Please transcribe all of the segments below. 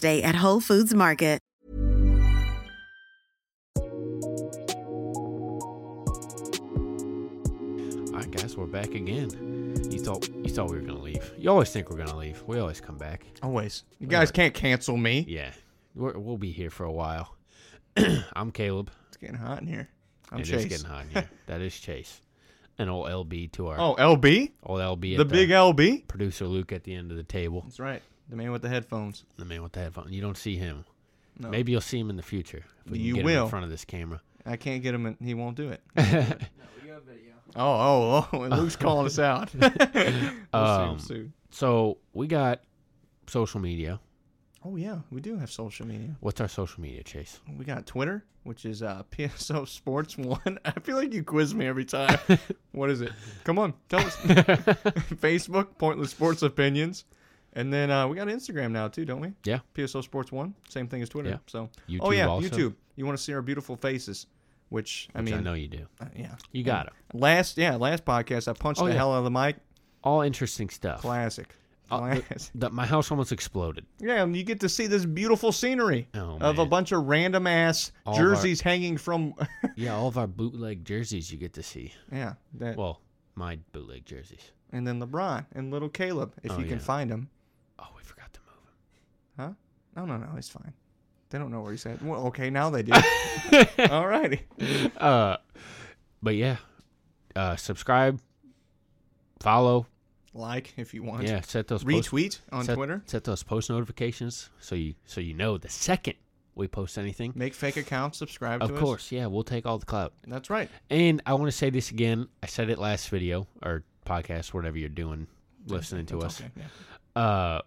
Day at Whole Foods Market. All right, guys, we're back again. You thought you thought we were gonna leave. You always think we're gonna leave. We always come back. Always. You guys can't cancel me. Yeah, we're, we'll be here for a while. I'm Caleb. It's getting hot in here. I'm It is Chase. getting hot in here. that is Chase. An old LB to our Oh, LB? old LB. The, At big LB? producer Luke at the end of the table. That's right. The man with the headphones. The man with the headphones. You don't see him. No. Maybe you'll see him in the future. If we can You get him will. in front of this camera. I can't get him and he won't do it. Oh, oh, oh. and Luke's calling us out. we'll Um, see, we'll see. So we got social media. Oh, yeah. We do have social media. What's our social media, Chase? We got Twitter, which is uh, PSO Sports 1. I feel like you quiz me every time. what is it? Come on, tell us. Facebook, Pointless Sports Opinions. And then uh, we got Instagram now, too, don't we? Yeah. PSO Sports One, same thing as Twitter. Yeah. So, oh YouTube yeah, also. YouTube. You want to see our beautiful faces, which I Which I mean, know you do. uh, yeah. You got it. Last, yeah, last podcast, I punched Oh, the yeah. hell out of the mic. All interesting stuff. Classic. Uh, the- Classic. the- my house almost exploded. yeah, and you get to see this beautiful scenery Oh, of a man. bunch of random ass All of our- jerseys hanging from. Yeah, all of our bootleg jerseys you get to see. yeah, that, Well, my bootleg jerseys. and then LeBron and little Caleb, if Oh, you can yeah. find him. Oh, we forgot to move Huh? No, no, no, he's fine. They don't know where he's at. Well, okay, now they do. All righty. them. Uh, but yeah, uh, subscribe, follow. Like if you want. Yeah, set those post- Retweet on set- Twitter. Set those post notifications so you so you know the second we post anything. Make fake accounts. Subscribe. Of to us. course, yeah, we'll take all the clout. That's right. And I want to say this again. I said it last video or podcast, whatever you're doing, listening to us. Okay. Yeah. Uh,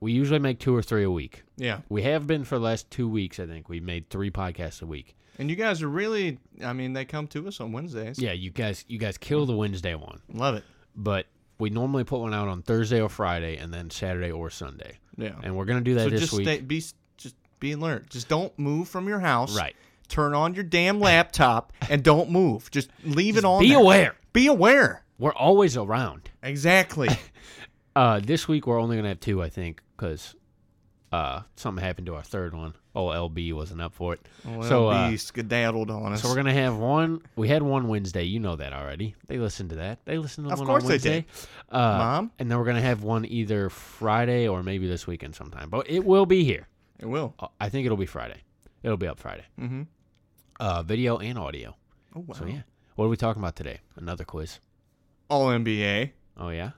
we usually make two or three a week. yeah. We have been for the last two weeks. I think we've made three podcasts a week. And you guys are really, I mean, they come to us on Wednesdays. Yeah, you guys, you guys kill the Wednesday one, Love it. but we normally put one out on Thursday or Friday, and then Saturday or Sunday. Yeah. And we're gonna do that so this just week. stay, be, s- just be alert. Just don't move from your house. Right. Turn on your damn laptop and don't move. Just leave it on. Be there. aware. Be aware. We're always around. Exactly. Uh, this week we're only gonna have two, I think, because uh, something happened to our third one. Oh, LB wasn't up for it. so, Well, uh, be skedaddled on us. so we're gonna have one. We had one Wednesday. You know that already. They listened to that. They listened to Of one course on they Wednesday. did. Uh, Mom? And then we're gonna have one either Friday or maybe this weekend sometime. But it will be here. It will. Uh, I think it'll be Friday. It'll be up Friday. Mm-hmm. Uh, video and audio. Oh wow. So yeah. What are we talking about today? Another quiz. All NBA, Oh yeah.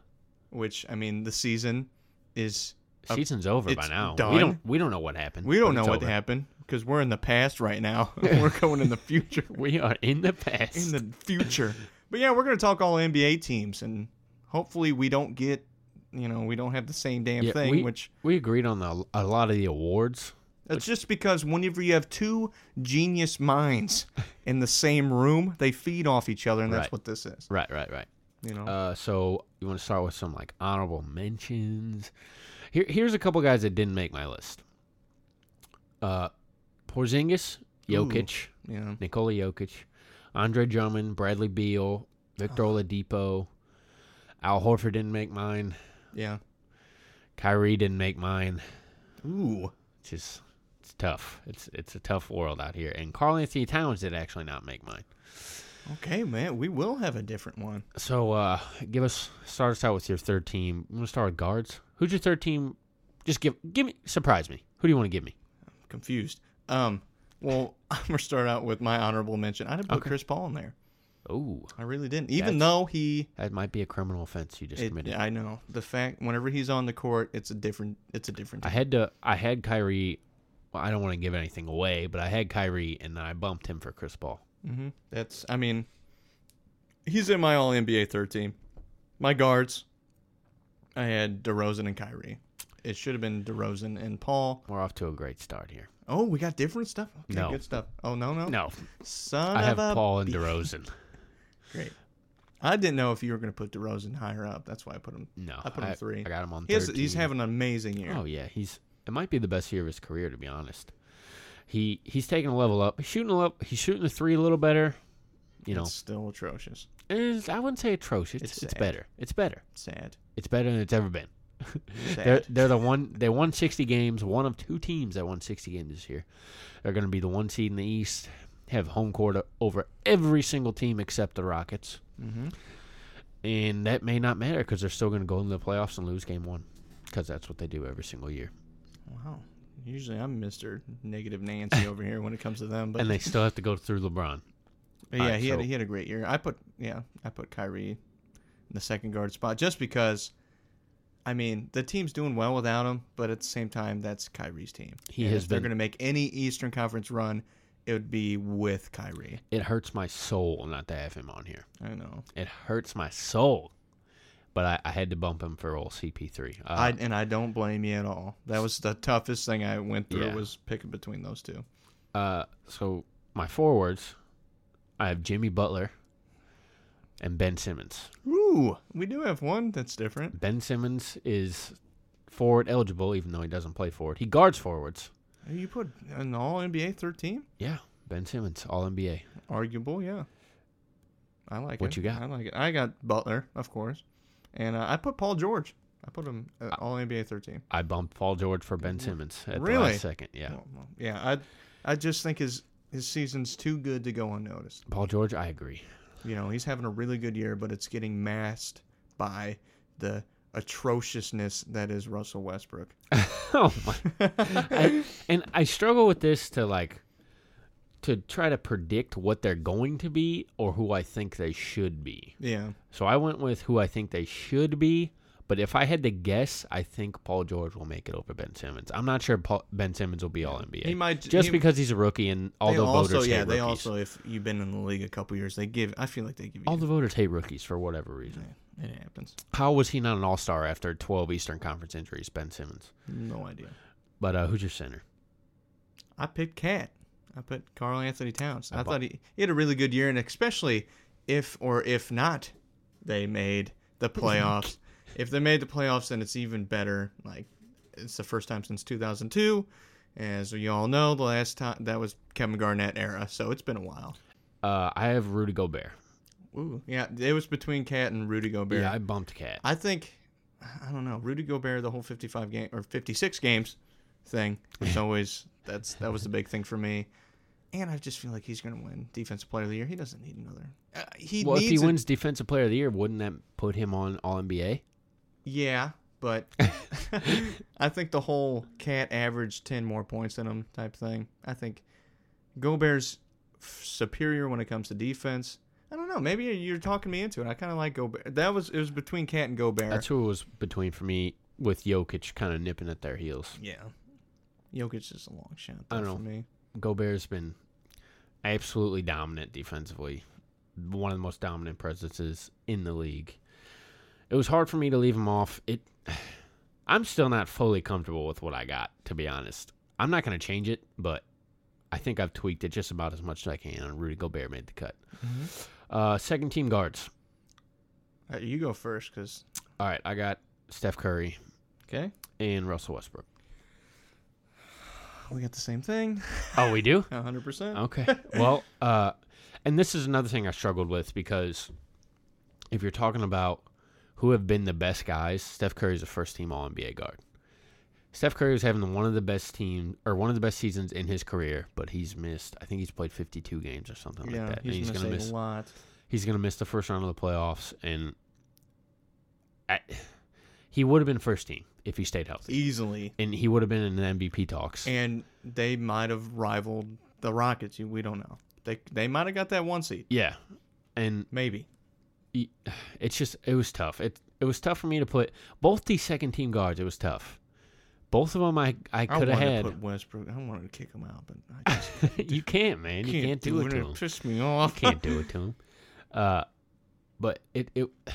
which I mean, the season is. Season's over by it's now. done. We don't. We don't know what happened. We don't but know it's what over. happened because we're in the past right now. we're going in the future. We are in the past. in the future. but yeah, we're gonna talk all NBA teams, and hopefully we don't get, you know, we don't have the same damn Yeah, thing. we, which we agreed on the, a lot of the awards. that's just because whenever you have two genius minds in the same room, they feed off each other, and that's Right. what this is. Right. Right. Right. You know, Uh, so you want to start with some like honorable mentions. Here, here's a couple guys that didn't make my list. Uh, Porzingis, Jokic, Yeah. Nikola Jokic, Andre Drummond, Bradley Beal, Victor Oladipo, Al Horford didn't make mine. Yeah. Kyrie didn't make mine. Ooh. It's just it's tough. It's it's a tough world out here. And Carl Anthony Towns did actually not make mine. Okay, man. We will have a different one. So uh give us start us out with your third team. I'm gonna start with guards. Who's your third team? Just give give me surprise me. Who do you want to give me? Confused. Um. Well, I'm gonna start out with my honorable mention. I didn't put Okay. Chris Paul in there. Oh, I really didn't. Even That's- though he, that might be a criminal offense you just it- committed. I know the fact. Whenever he's on the court, it's a different. It's a different. I had to. I had Kyrie. Well, I don't want to give anything away, but I had Kyrie, and then I bumped him for Chris Paul. hmm That's. I mean, he's in my All NBA third team. My guards. I had DeRozan and Kyrie. It should have been DeRozan and Paul. We're off to a great start here. Oh, we got different stuff. Okay, No. good stuff. Oh no, no, No, Son I of have a Paul and bee. DeRozan. Great. I didn't know if you were going to put DeRozan higher up. That's why I put him. No, I put him three. I got him on. He has, 13. he's having an amazing year. Oh yeah, he's. It might be the best year of his career, to be honest. He he's taking a level up. He's shooting a level. He's shooting the three a little better. You know, it's still atrocious. It's- I wouldn't say atrocious. It's It's, sad. better. It's better. Sad. It's better than it's ever been. they're Sad. they're the one. They won sixty games. One of two teams that won sixty games this year. They're going to be the one seed in the East. Have home court o- over every single team except the Rockets. Mhm. And that may not matter because they're still going to go into the playoffs and lose game one because that's what they do every single year. Wow. Usually I'm Mr. Negative Nancy over here when it comes to them, but and they still have to go through LeBron. But yeah, Alright, he had so- he had a great year. I put yeah, I put Kyrie in the second guard spot just because. I mean, the team's doing well without him, but at the same time, that's Kyrie's team. He And has if they're been- going to make any Eastern Conference run, it would be with Kyrie. It hurts my soul not to have him on here. I know. It hurts my soul. But I, I had to bump him for old CP3. Uh, I and I don't blame you at all. That was the toughest thing I went through Yeah. was picking between those two. Uh, so my forwards, I have Jimmy Butler and Ben Simmons. Ooh, we do have one that's different. Ben Simmons is forward eligible, even though he doesn't play forward. He guards forwards. You put an All NBA third team, Yeah, Ben Simmons, All NBA. arguable, yeah. I like What it. you got? I like it. I got Butler, of course, and uh, I put Paul George. I put him uh, All NBA third team. I bumped Paul George for Ben Simmons at the Mm-hmm. Really? last second. Yeah, Well, well, yeah. I I just think his his season's too good to go unnoticed. Paul George, I agree. You know, he's having a really good year, but it's getting masked by the atrociousness that is Russell Westbrook. oh my I, and i struggle with this to like to try to predict what they're going to be or who i think they should be Yeah. so i went with who i think they should be but if i had to guess i think paul george will make it over ben simmons i'm not sure paul, ben simmons will be all nba He might- just he- because he's a rookie and all they the also, voters yeah, hate they rookies also, if you've been in the league a couple years, they give. I feel like they give you. all the voters hate rookies for whatever reason it happens. how was he not an all-star after 12 eastern conference injuries ben simmons No idea. but uh, who's your center I picked Cat. I put Carl Anthony Towns. I, I bu- thought he, he had a really good year, and especially if or if not, they made the playoffs. if they made the playoffs, then it's even better. Like it's the first time since 2002, as you all know, the last time that was Kevin Garnett era. So it's been a while. uh, i have rudy gobert Ooh, yeah, it was between Cat and Rudy Gobert. yeah i bumped cat I think I don't know Rudy Gobert the whole 55 game or 56 games thing was always that's that was the big thing for me, and I just feel like he's going to win Defensive Player of the Year. He doesn't need another. Uh, he Well, if needs he a- wins Defensive Player of the Year, wouldn't that put him on All NBA? yeah, but I think the whole cat averaged 10 more points than him type thing. I think Gobert's f- superior when it comes to defense. I don't know. Maybe you're talking me into it. I kind of like Gobert. That was it was between Cat and Gobert. That's who it was between for me with Jokic kind of nipping at their heels. Yeah. Jokic is a long shot. I though, don't for know. me. Gobert's been absolutely dominant defensively, one of the most dominant presences in the league. It was hard for me to leave him off. It, I'm still not fully comfortable with what I got, to be honest. I'm not going to change it, but I think I've tweaked it just about as much as I can. And Rudy Gobert made the cut. Mm-hmm. Uh, second team guards. Uh, you go first, cause All right, I got Steph Curry okay. and Russell Westbrook. We got the same thing. Oh, we do? 100%. Okay. Well, uh, and this is another thing I struggled with because if you're talking about who have been the best guys, Steph Curry's a first team All NBA guard. Steph Curry was having one of the best team or one of the best seasons in his career, but he's missed. I think he's played 52 games or something Yeah, like that. and he's, he's going gonna to miss a lot. he's going to miss the first round of the playoffs and I, he would have been first team if he stayed healthy. Easily. And he would have been in the MVP talks. And they might have rivaled the Rockets. You- We don't know. They, they might have got that one seed. yeah. And Maybe. y- it's just it was tough. It it was tough for me to put both these second team guards. It was tough. Both of them I I I could have wanted had. to put Westbrook. I wanted to kick him out, but I just you can't, man. can't, you can't do, it to It him. pissed me You off. can't do it to him. Uh, but it it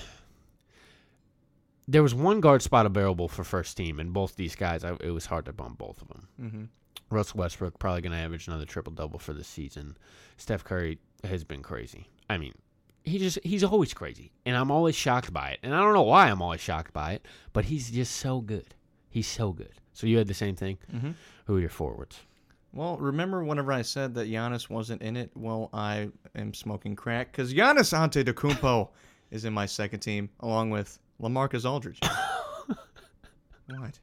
there was one guard spot available for first team, and both these guys I, it was hard to bump both of them. hmm Russell Westbrook probably going to average another triple double for the season. Steph Curry has been crazy. I mean, he just he's always crazy, and I'm always shocked by it. And I don't know why I'm always shocked by it, but he's just so good. He's so good. So you had the same thing. Mhm. Who are your forwards? Well, remember whenever I said that Giannis wasn't in it? Well, I am smoking crack because Giannis Antetokounmpo is in my second team along with LaMarcus Aldridge. what?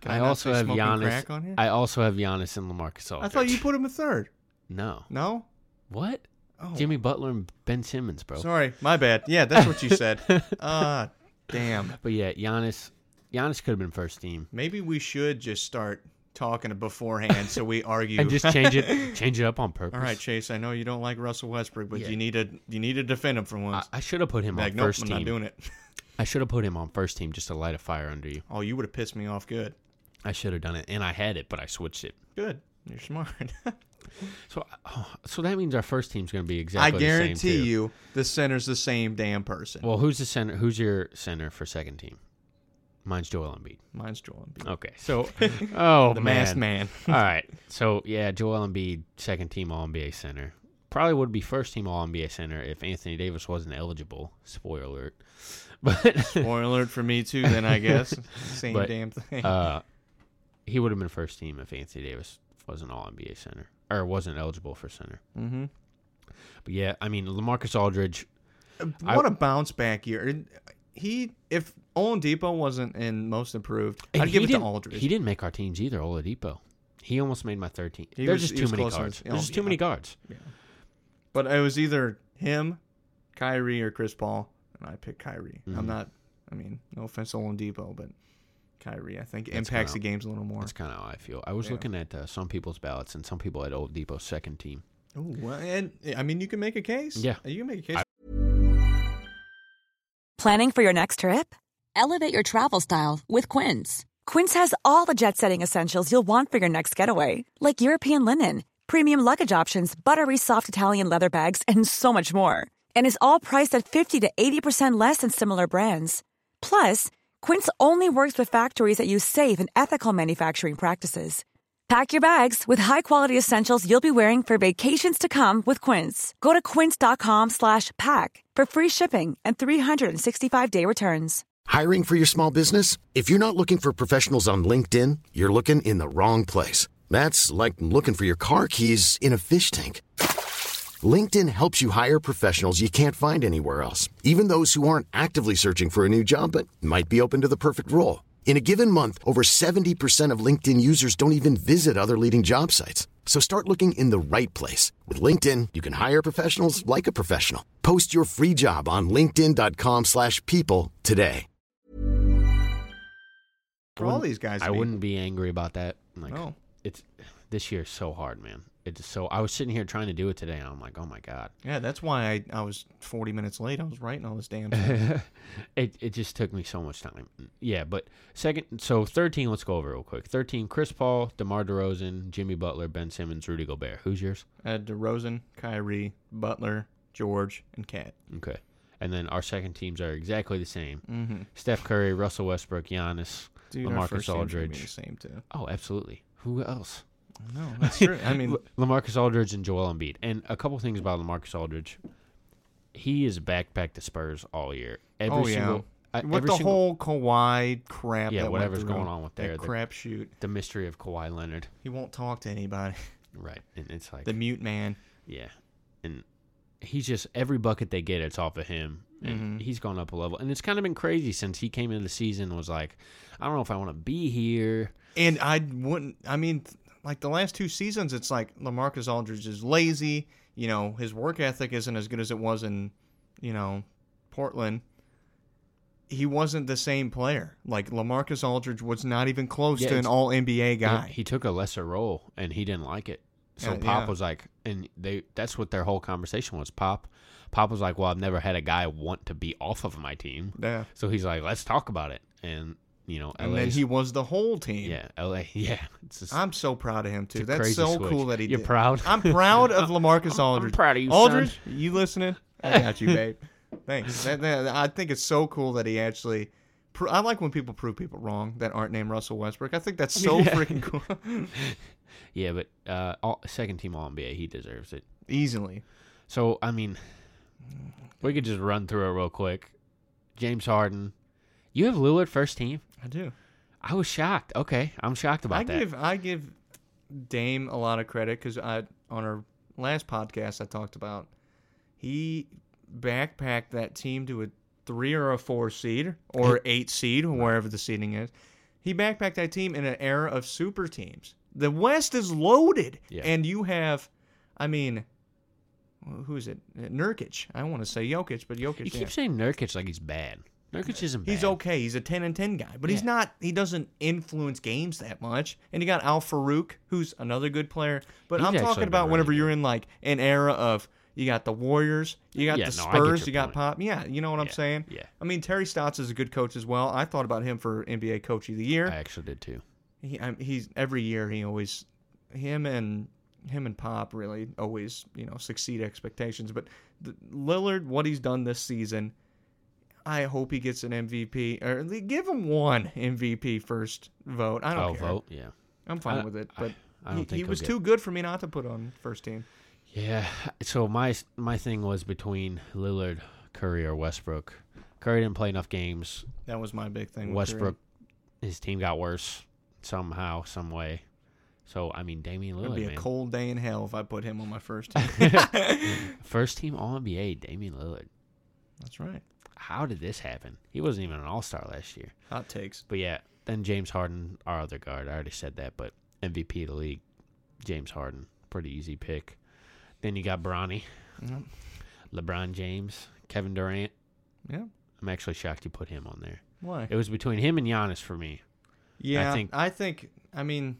Can I, not also say have smoking Giannis. crack on here? I also have Giannis and LaMarcus Aldridge. I thought you put him in third. no. No. What? Oh, Jimmy Butler and Ben Simmons, bro. sorry, my bad. Yeah, that's what you said. Ah, damn. But yeah, Giannis. Giannis could have been first team. Maybe we should just start talking beforehand so we argue. And just change it, change it up on purpose. All right, Chase. I know you don't like Russell Westbrook, but Yeah. you need to you need to defend him for I, once. I should have put him like, on nope, 1st I'm team. not doing it. I should have put him on first team just to light a fire under you. Oh, you would have pissed me off. Good. I should have done it, and I had it, but I switched it. Good. You're smart. So, oh, so that means our first team's going to be I exactly. the same guarantee too. you the center's the same damn person. Well, who's the center? Who's your center for second team? Mine's Joel Embiid. Mine's Joel Embiid. Okay, so oh the man. masked man. All right, so yeah, Joel Embiid, second team All NBA center. Probably would be first team All NBA center if Anthony Davis wasn't eligible. Spoiler alert. But Spoiler alert for me too. Then I guess same But, damn thing. uh, he would have been first team if Anthony Davis wasn't All NBA center or wasn't eligible for center. hmm But yeah, I mean Lamarcus Aldridge. I- What a bounce back year. He if Olin Depot wasn't in most improved, and I'd he give it to didn't- Aldridge. He didn't make our teams either. Oladipo. He almost made my third team. He There's was- just he too was many close on guards. his- There's just too yeah. many guards. But it was either him, Kyrie, or Chris Paul, and I picked Kyrie. Mhm. I'm not. I mean, no offense, to Olin Depot, but Kyrie, I think That's impacts the kinda- games a little more. That's kind of how I feel. I was Yeah. looking at uh, some people's ballots, and some people had Oladipo's second team. Oh well, and I mean, you can make a case. Yeah. you can make a case. I- Planning for your next trip? Elevate your travel style with Quince. Quince has all the jet setting essentials you'll want for your next getaway, like European linen, premium luggage options, buttery soft Italian leather bags, and so much more. And is all priced at 50 to 80% less than similar brands. Plus, Quince only works with factories that use safe and ethical manufacturing practices. Pack your bags with high-quality essentials you'll be wearing for vacations to come with Quince. Go to quince.com slash pack for free shipping and 365-day returns. Hiring for your small business? If you're not looking for professionals on LinkedIn, you're looking in the wrong place. That's like looking for your car keys in a fish tank. LinkedIn helps you hire professionals you can't find anywhere else, even those who aren't actively searching for a new job but might be open to the perfect role. In a given month, over 70% of LinkedIn users don't even visit other leading job sites. So start looking in the right place. With LinkedIn, you can hire professionals like a professional. Post your free job on linkedin.com/people slash people today. For all these guys, I to be- wouldn't be angry about that. Like, No. it's this year's so hard, man. It's so. I was sitting here trying to do it today, and I'm like, oh my god. Yeah, that's why I, I was 40 minutes late. I was writing all this damn stuff. it it just took me so much time. Yeah, but second, so thirteen. Let's go over it real quick. Thirteen: Chris Paul, DeMar DeRozan, Jimmy Butler, Ben Simmons, Rudy Gobert. Who's yours? Uh, DeRozan, Kyrie, Butler, George, and Cat. Okay, and then our second teams are exactly the same: Mm-hmm. Steph Curry, Russell Westbrook, Giannis, LaMarcus The Aldridge. same too. Oh, absolutely. Who else? No, that's true. I mean, L- LaMarcus Aldridge and Joel Embiid. And a couple things about LaMarcus Aldridge. He is backpacked the Spurs all year. Every Oh, yeah. single I, With every the single- whole Kawhi crap. Yeah, that went whatever's through, going on with there, That the- crapshoot. the mystery of Kawhi Leonard, He won't talk to anybody. right? And it's like The mute man. Yeah. And he's just every bucket they get, it's off of him. And Mhm. he's gone up a level. And it's kind of been crazy since he came into the season and was like, I don't know if I want to be here. And I wouldn't. I mean, like the last two seasons, it's like Lamarcus Aldridge is lazy. You know, his work ethic isn't as good as it was in, you know, Portland. He wasn't the same player. Like Lamarcus Aldridge was not even close Yeah, to an it's- All NBA guy. He, he took a lesser role and he didn't like it. So Yeah, Pop yeah. was like and they that's what their whole conversation was. Pop Pop was like, Well, I've never had a guy want to be off of my team. yeah. So he's like, Let's talk about it and you know, LA's, And then he was the whole team. Yeah, LA yeah. It's just I'm so proud of him too. a That's crazy so switch. cool that he. You're did. proud? I'm proud of Lamarcus I'm Aldridge. proud of you, son. Aldridge. You listening? I got you, babe. Thanks. That- that- I think it's so cool that he actually. Pro- I like when people prove people wrong that aren't named Russell Westbrook. I think that's so Yeah. freaking cool. Yeah, but uh all, second team all NBA, he deserves it. Easily. So I mean, we could just run through it real quick. James Harden, you have Lillard first team. I do. I was shocked. Okay, I'm shocked about I that. give I give Dame a lot of credit because I on our last podcast I talked about he backpacked that team to a three or a four seed or eight seed or wherever the seeding is. He backpacked that team in an era of super teams. The West is loaded, Yeah. and you have, I mean, who is it? Nurkic. I want to say Jokic, but Jokic. you keep yeah. saying Nurkic like he's bad. Nurkic isn't bad. He's okay. He's a ten and ten guy, but he's Yeah. not. He doesn't influence games that much. And you got Al Farouk, who's another good player. But He's I'm actually talking been about really whenever good. you're in like an era of you got the Warriors, you got Yeah, the no, I get your Spurs, you got point. Pop. Yeah, you know what I'm Yeah, saying. yeah. I mean Terry Stotts is a good coach as well. I thought about him for NBA Coach of the I Year. actually did too. He, I, he's every year he always him and him and Pop really always you know succeed expectations. But the, Lillard, what he's done this season, I hope he gets an MVP or at least give him one MVP first vote. I don't oh, care. vote. Yeah, I'm fine I- with it, I- but. I don't he, think he he'll was get- too good for me not to put on first team. yeah. So my my thing was between Lillard, Curry, or Westbrook. Curry didn't play enough games. That was my big thing. with Curry. Westbrook, his team got worse somehow, some way. So I mean, Damian Lillard, It'd be a man. cold day in hell if I put him on my first team. first team All NBA, Damian Lillard. That's right. how did this happen? He wasn't even an all star last year. Hot takes. But yeah, then James Harden, our other guard. I already said that, but MVP of the league, James Harden. Pretty easy pick. Then you got Bronny, Yep. LeBron James, Kevin Durant. Yeah. I'm actually shocked you put him on there. Why? It was between him and Giannis for me. Yeah, I think- think I think I mean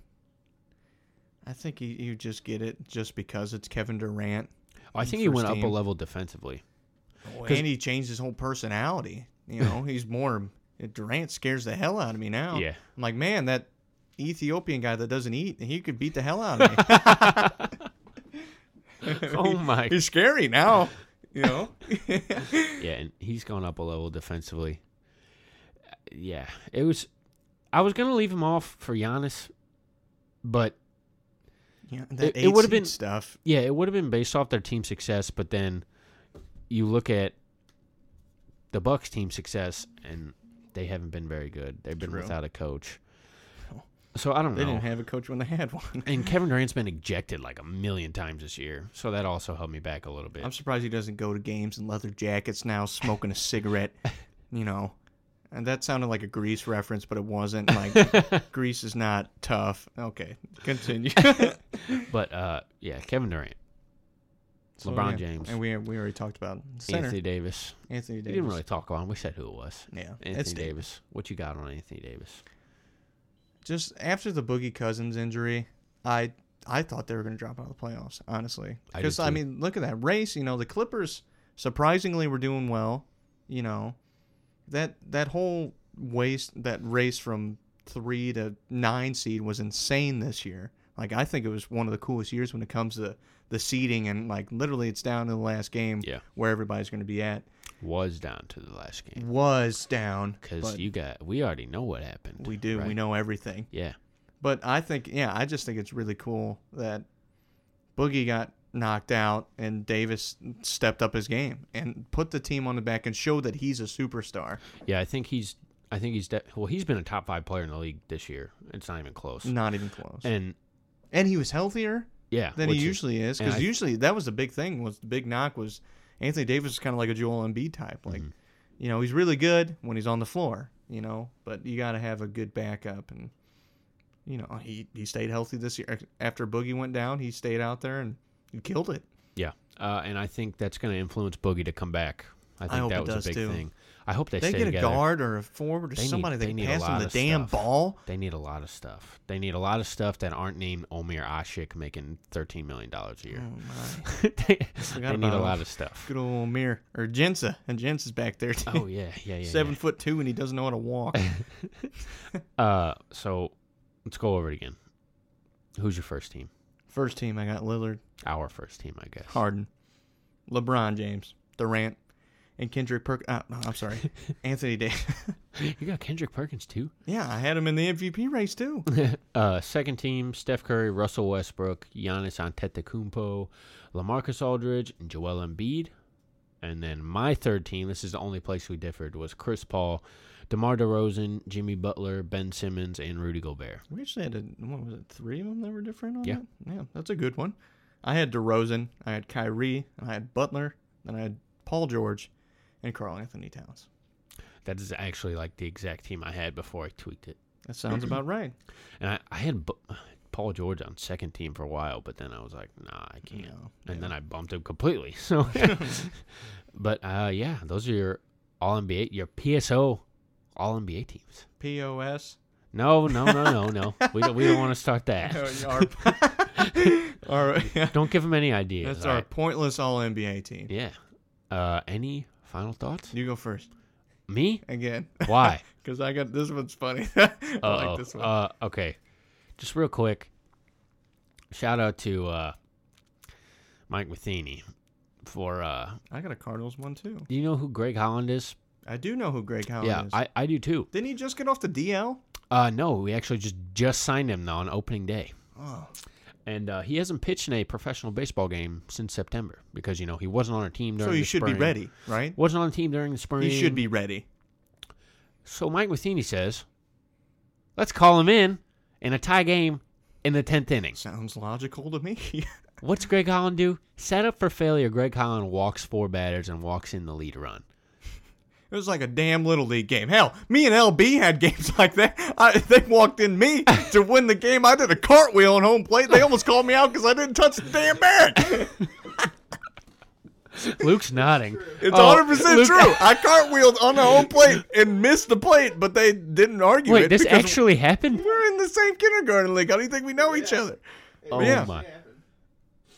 I think you, you just get it just because it's Kevin Durant. Oh, I think he First went up a team. level defensively. And he changed his whole personality. You know, he's more Durant scares the hell out of me now. Yeah. I'm like, man, that Ethiopian guy that doesn't eat, he could beat the hell out of me. oh my! he's scary now. You know? Yeah, and he's gone up a level defensively. Uh, Yeah, it was. I was gonna leave him off for Giannis, but yeah, It- that it eight would've seed been- stuff. Yeah, it would have been based off their team success, but then you look at the Bucks team success and they haven't been very good. They've been True. Oh. without a coach. So I don't They know. didn't have a coach when they had one. and Kevin Durant's been ejected like a million times this year. So that also held me back a little bit. I'm surprised he doesn't go to games in leather jackets now, smoking a cigarette. You know, and that sounded like a Grease reference, but it wasn't. Like Grease is not tough. Okay, continue. but uh yeah, Kevin Durant. So, LeBron yeah. James. and we we already talked about center Anthony Anthony, Davis. We Davis. didn't really talk on. We said who it was. Yeah, Anthony it's Davis. Davis. What you got on Anthony Davis? Just after the Boogie Cousins injury, I I thought they were going to drop out of the playoffs. Honestly, I did because I, too. mean, look at that race. You know, the Clippers surprisingly were doing well. You know, that that whole waste that race from three to nine seed was insane this year. Like I think it was one of the coolest years when it comes to the seeding and like literally it's down to the last game Yeah. where everybody's going to be at Was down to the last game. was down Because but you got, we already know what happened. we do we right? know everything Yeah. But I think, yeah, I just think it's really cool that Boogie got knocked out, and Davis stepped up his game and put the team on the back and showed that he's a superstar. Yeah, I think he's. I think he's. De- well, he's been a top five player in the league this year. It's not even close. Not even close. And, And he was healthier yeah, than which he usually is and because I- usually that was the big thing was the big knock was Anthony Davis is kind of like a Joel Embiid type. Like, Mm-hmm. you know, he's really good when he's on the floor. You know, but you got to have a good backup and. You know, he, he stayed healthy this year. After Boogie went down, he stayed out there and he killed it. Yeah, uh, and I think that's going to influence Boogie to come back. I think hope that it was does, a big too. thing. I hope they, they stay get together. a guard or a forward or They need- somebody they that need a can pass lot them the of damn stuff. ball. They need a lot of stuff. They need a lot of stuff that aren't named Omer Ashik making thirteen million dollars a year. they they need a about lot him. of stuff. Oh, Good old Mir or Jensa, and Jensa's back there too. Oh yeah, yeah, yeah. Seven foot two, and he doesn't know how to walk. yeah. Uh, so let's go over it again. Who's your first team? First team, I got Lillard, Our first team, I guess. Harden, LeBron James, Durant, and Kendrick Perk. Uh, no, I'm sorry, Anthony Davis. You got Kendrick Perkins too. yeah, I had him in the MVP race too. Uh, second team: Steph Curry, Russell Westbrook, Giannis Antetokounmpo, LaMarcus Aldridge, and Joel Embiid. And then my third team. This is the only place we differed. Was Chris Paul, DeMar DeRozan, Jimmy Butler, Ben Simmons, and Rudy Gobert. We actually had a, what was it? Three of them that were different on Yeah. that. Yeah, that's a good one. I had DeRozan, I had Kyrie, and I had Butler, and I had Paul George, and Carl Anthony Towns. That is actually like the exact team I had before I tweaked it. That sounds about right. And I, I had Bu- Paul George on second team for a while, but then I was like, nah, I can't. No, and then I bumped him completely. So, but uh, yeah, those are your All NBA, your PSO All NBA teams. POS. No, no, no, no, no. we don't, we don't want to start that. our, our, Don't give them any ideas. that's all our right? pointless All NBA team. yeah. Uh, any final thoughts? You go first Me? again. Why? Because I got this one's funny. I Uh-oh. like this one. Uh, okay. Just real quick, shout out to uh, Mike Matheny for. Uh, I got a Cardinals one too. do you know who Greg Holland is? I do know who Greg Howard yeah, is. I, I do too. Didn't he just get off the DL? Uh, no, we actually just just signed him on opening day, Oh, and uh, he hasn't pitched in a professional baseball game since September because you know he wasn't on our team. During so he the should be spring. ready, right? Wasn't on the team during the spring. He should be ready. So Mike Matheny says, "Let's call him in in a tie game in the tenth inning." Sounds logical to me. What's Greg Holland do? Set up for failure. Greg Holland walks four batters and walks in the lead run. It was like a damn little league game. Hell, me and LB had games like that. I, they walked in me to win the game. I did a cartwheel on home plate. They almost called me out because I didn't touch the damn bat. Luke's nodding. It's Oh, 100% Luke- true. I cartwheeled on the home plate and missed the plate, but they didn't argue Wait, it this because actually happened? we're in the same kindergarten league. How do you think we know each other? Oh Yeah. my,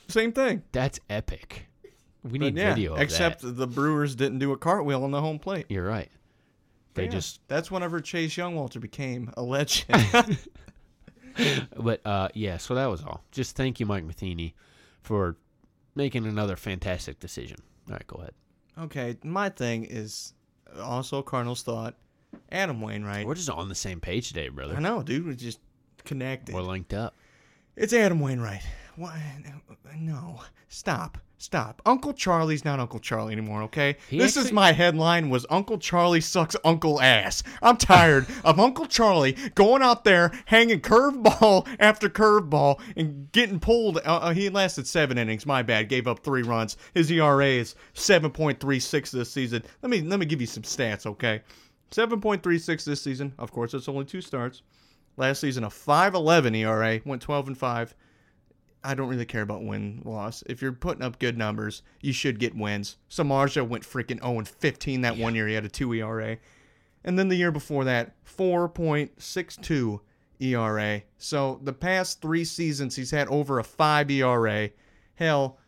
Same thing. that's epic. We But need yeah, video of except that. the Brewers didn't do a cartwheel on the home plate. You're right. They Yeah. just, That's whenever Chase Youngwalter became a legend. but uh, yeah. So that was all. Just thank you, Mike Matheny, for making another fantastic decision. All right, go ahead. Okay, my thing is also Cardinals thought Adam Wainwright. We're just on the same page today, I brother. know, dude. We're just connected. We're linked up. it's Adam Wainwright. Why? No, stop, stop. Uncle Charlie's not Uncle Charlie anymore. Okay, He this is actually- my headline: was Uncle Charlie sucks Uncle ass. I'm tired of Uncle Charlie going out there hanging curveball after curveball and getting pulled. Uh, uh, he lasted seven innings. My bad. Gave up three runs. His ERA is seven point three six this season. Let me let me give you some stats. Okay, seven point three six this season. Of course, it's only two starts. Last season, a 5.11 ERA, went 12 and 5. I don't really care about win loss. If you're putting up good numbers, you should get wins. Samarja went freaking 0 and 15 that one year. He had a 2 ERA. And then the year before that, 4.62 ERA. E So the past three seasons, he's had over a 5 ERA. Hell,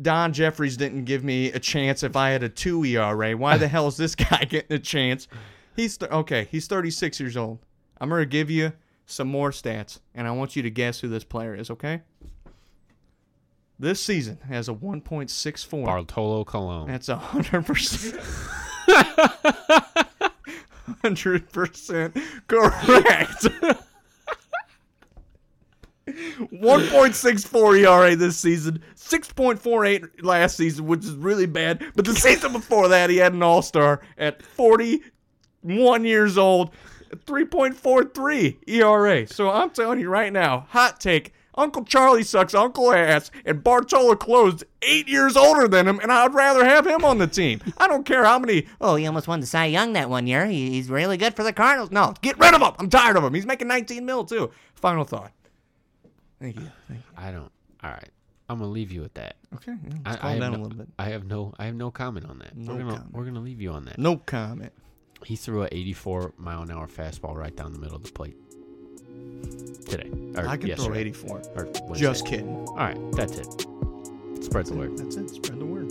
Don Jeffries didn't give me a chance if I had a 2 ERA. Why the hell is this guy getting a chance? He's th- okay, he's 36 years old. I'm going to give you some more stats, and I want you to guess who this player is, okay? This season has a 1.64. Bartolo Colon. That's a hundred percent. Hundred percent correct. 1.64 ERA E this season, 6.48 last season, which is really bad. But the season before that, he had an All Star at 41 years old, 3.43 ERA. E So I'm telling you right now, hot take. Uncle Charlie sucks Uncle Ass, and Bartola Closed eight years older than him, and I'd rather have him on the team. I don't care how many. Oh, he almost won the Cy Young that one year. He, he's really good for the Cardinals. No, get rid of him. I'm tired of him. He's making 19 mil too. Final thought. Thank you. Thank you. I don't. All right. I'm gonna leave you with that. Okay, yeah, I, let's I calm have down no- a little bit. I have no. I have no comment on that. No we're gonna. comment. We're gonna leave you on that. No comment. He threw a 84 mile an hour fastball right down the middle of the plate today. Or I can throw yesterday, 84. Or Wednesday. Just kidding. All right. That's it. Spread the word. That's it. Spread the word.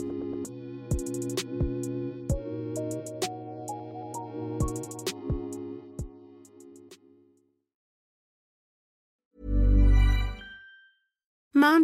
Mom